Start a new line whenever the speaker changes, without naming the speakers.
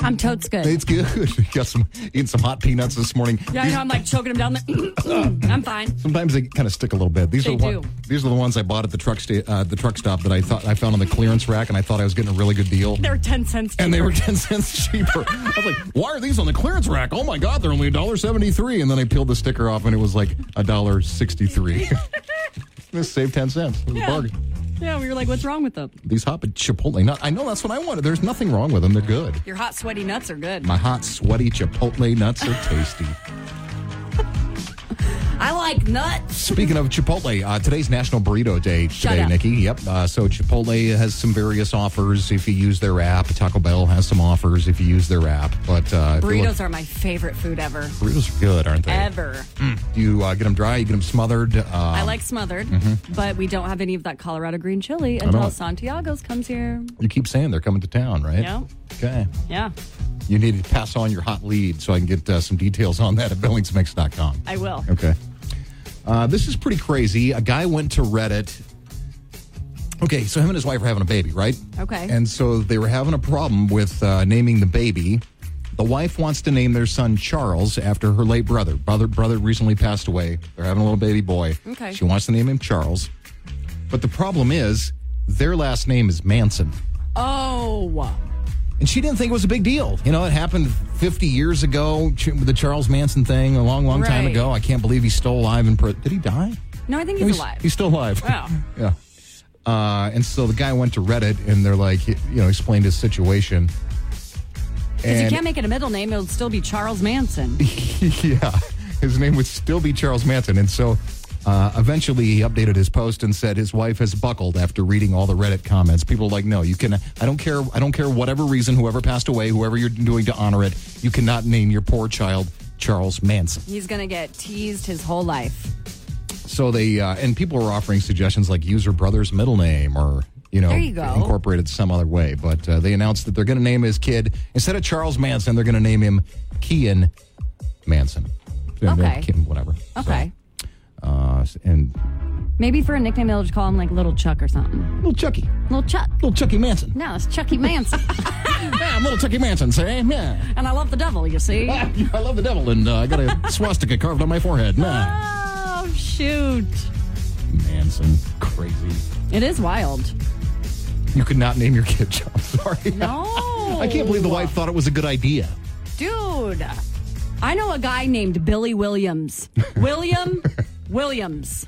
I'm totes good.
It's good. Got some eating some hot peanuts this morning.
Yeah, I know. I'm like choking them down. Like, I'm fine.
Sometimes they kind of stick a little bit. These
They
are the one,
do.
these are the ones I bought at the truck sta- uh, the truck stop that I thought I found on the clearance rack, and I thought I was getting a really good deal.
They're ten cents.
and they
cheaper.
were ten cents cheaper. I was like, "Why are these on the clearance rack? Oh my god, they're only a dollar seventy-three. And then I peeled the sticker off, and it was like a dollar sixty-three. This saved ten cents. It was a
Yeah.
bargain.
yeah, we were like, what's wrong with them?
These hot chipotle. Not, I know that's what I wanted. There's nothing wrong with them. They're good.
Your hot sweaty nuts are good.
My hot sweaty chipotle nuts are tasty.
I like nuts.
Speaking of Chipotle, uh, today's National Burrito Day
Shut
today,
up.
Nikki. Yep. Uh, so Chipotle has some various offers if you use their app. Taco Bell has some offers if you use their app. But uh, if you look-
Burritos are my favorite food ever.
burritos are good, aren't they?
Ever.
Do you uh, get them dry? You get them smothered? Uh,
I like smothered,
Mm-hmm.
but we don't have any of that Colorado green chili
know
until
it.
Santiago's comes here.
you keep saying they're coming to town, right?
Yeah.
Okay.
Yeah,
You need to pass on your hot lead so I can get uh, some details on that at BillingsMix.com.
I will.
Okay. Uh, this is pretty crazy. A guy went to Reddit. Okay, so him and his wife were having a baby, right?
Okay.
And so they were having a problem with uh, naming the baby. The wife wants to name their son Charles after her late brother. Brother brother recently passed away. They're having a little baby boy.
Okay.
She wants to name him Charles. But the problem is their last name is Manson.
Oh,
And she didn't think it was a big deal. You know, it happened 50 years ago, ch- the Charles Manson thing, a long, long time
Right.
ago. I can't believe he's still alive. And pro- did he die?
no, I think
No,
he's alive.
He's still alive.
Wow.
yeah. Uh, and so the guy went to Reddit, and they're like, you know, explained his situation.
Because you
And
can't make it a middle name; it'll still be Charles Manson.
yeah, his name would still be Charles Manson. And so uh, eventually he updated his post and said his wife has buckled after reading all the Reddit comments. People are like, no, you can. I don't care. I don't care whatever reason, whoever passed away, whoever you're doing to honor it, you cannot name your poor child Charles Manson.
He's gonna get teased his whole life.
So they uh, and people were offering suggestions like use your brother's middle name or you know
There you go.
incorporate it some other way. But uh, they announced that they're going to name his kid instead of Charles Manson, they're going to name him Kean Manson. Yeah, they're
Okay.
Kean, whatever. So,
Okay,
uh, and
maybe for a nickname, they'll just call him like Little Chuck or something.
little Chucky,
Little Chuck.
little Chucky Manson.
No, it's Chucky Manson,
Yeah, I'm little Chucky Manson. Say, yeah.
and I love the devil. You see?
I love the devil, and uh, I got a swastika carved on my forehead. Nah.
Oh shoot!
Manson, crazy.
It is wild.
You could not name your kid John. Sorry.
No.
I can't believe the wife thought it was a good idea.
Oh. Dude, I know a guy named Billy Williams. William Williams.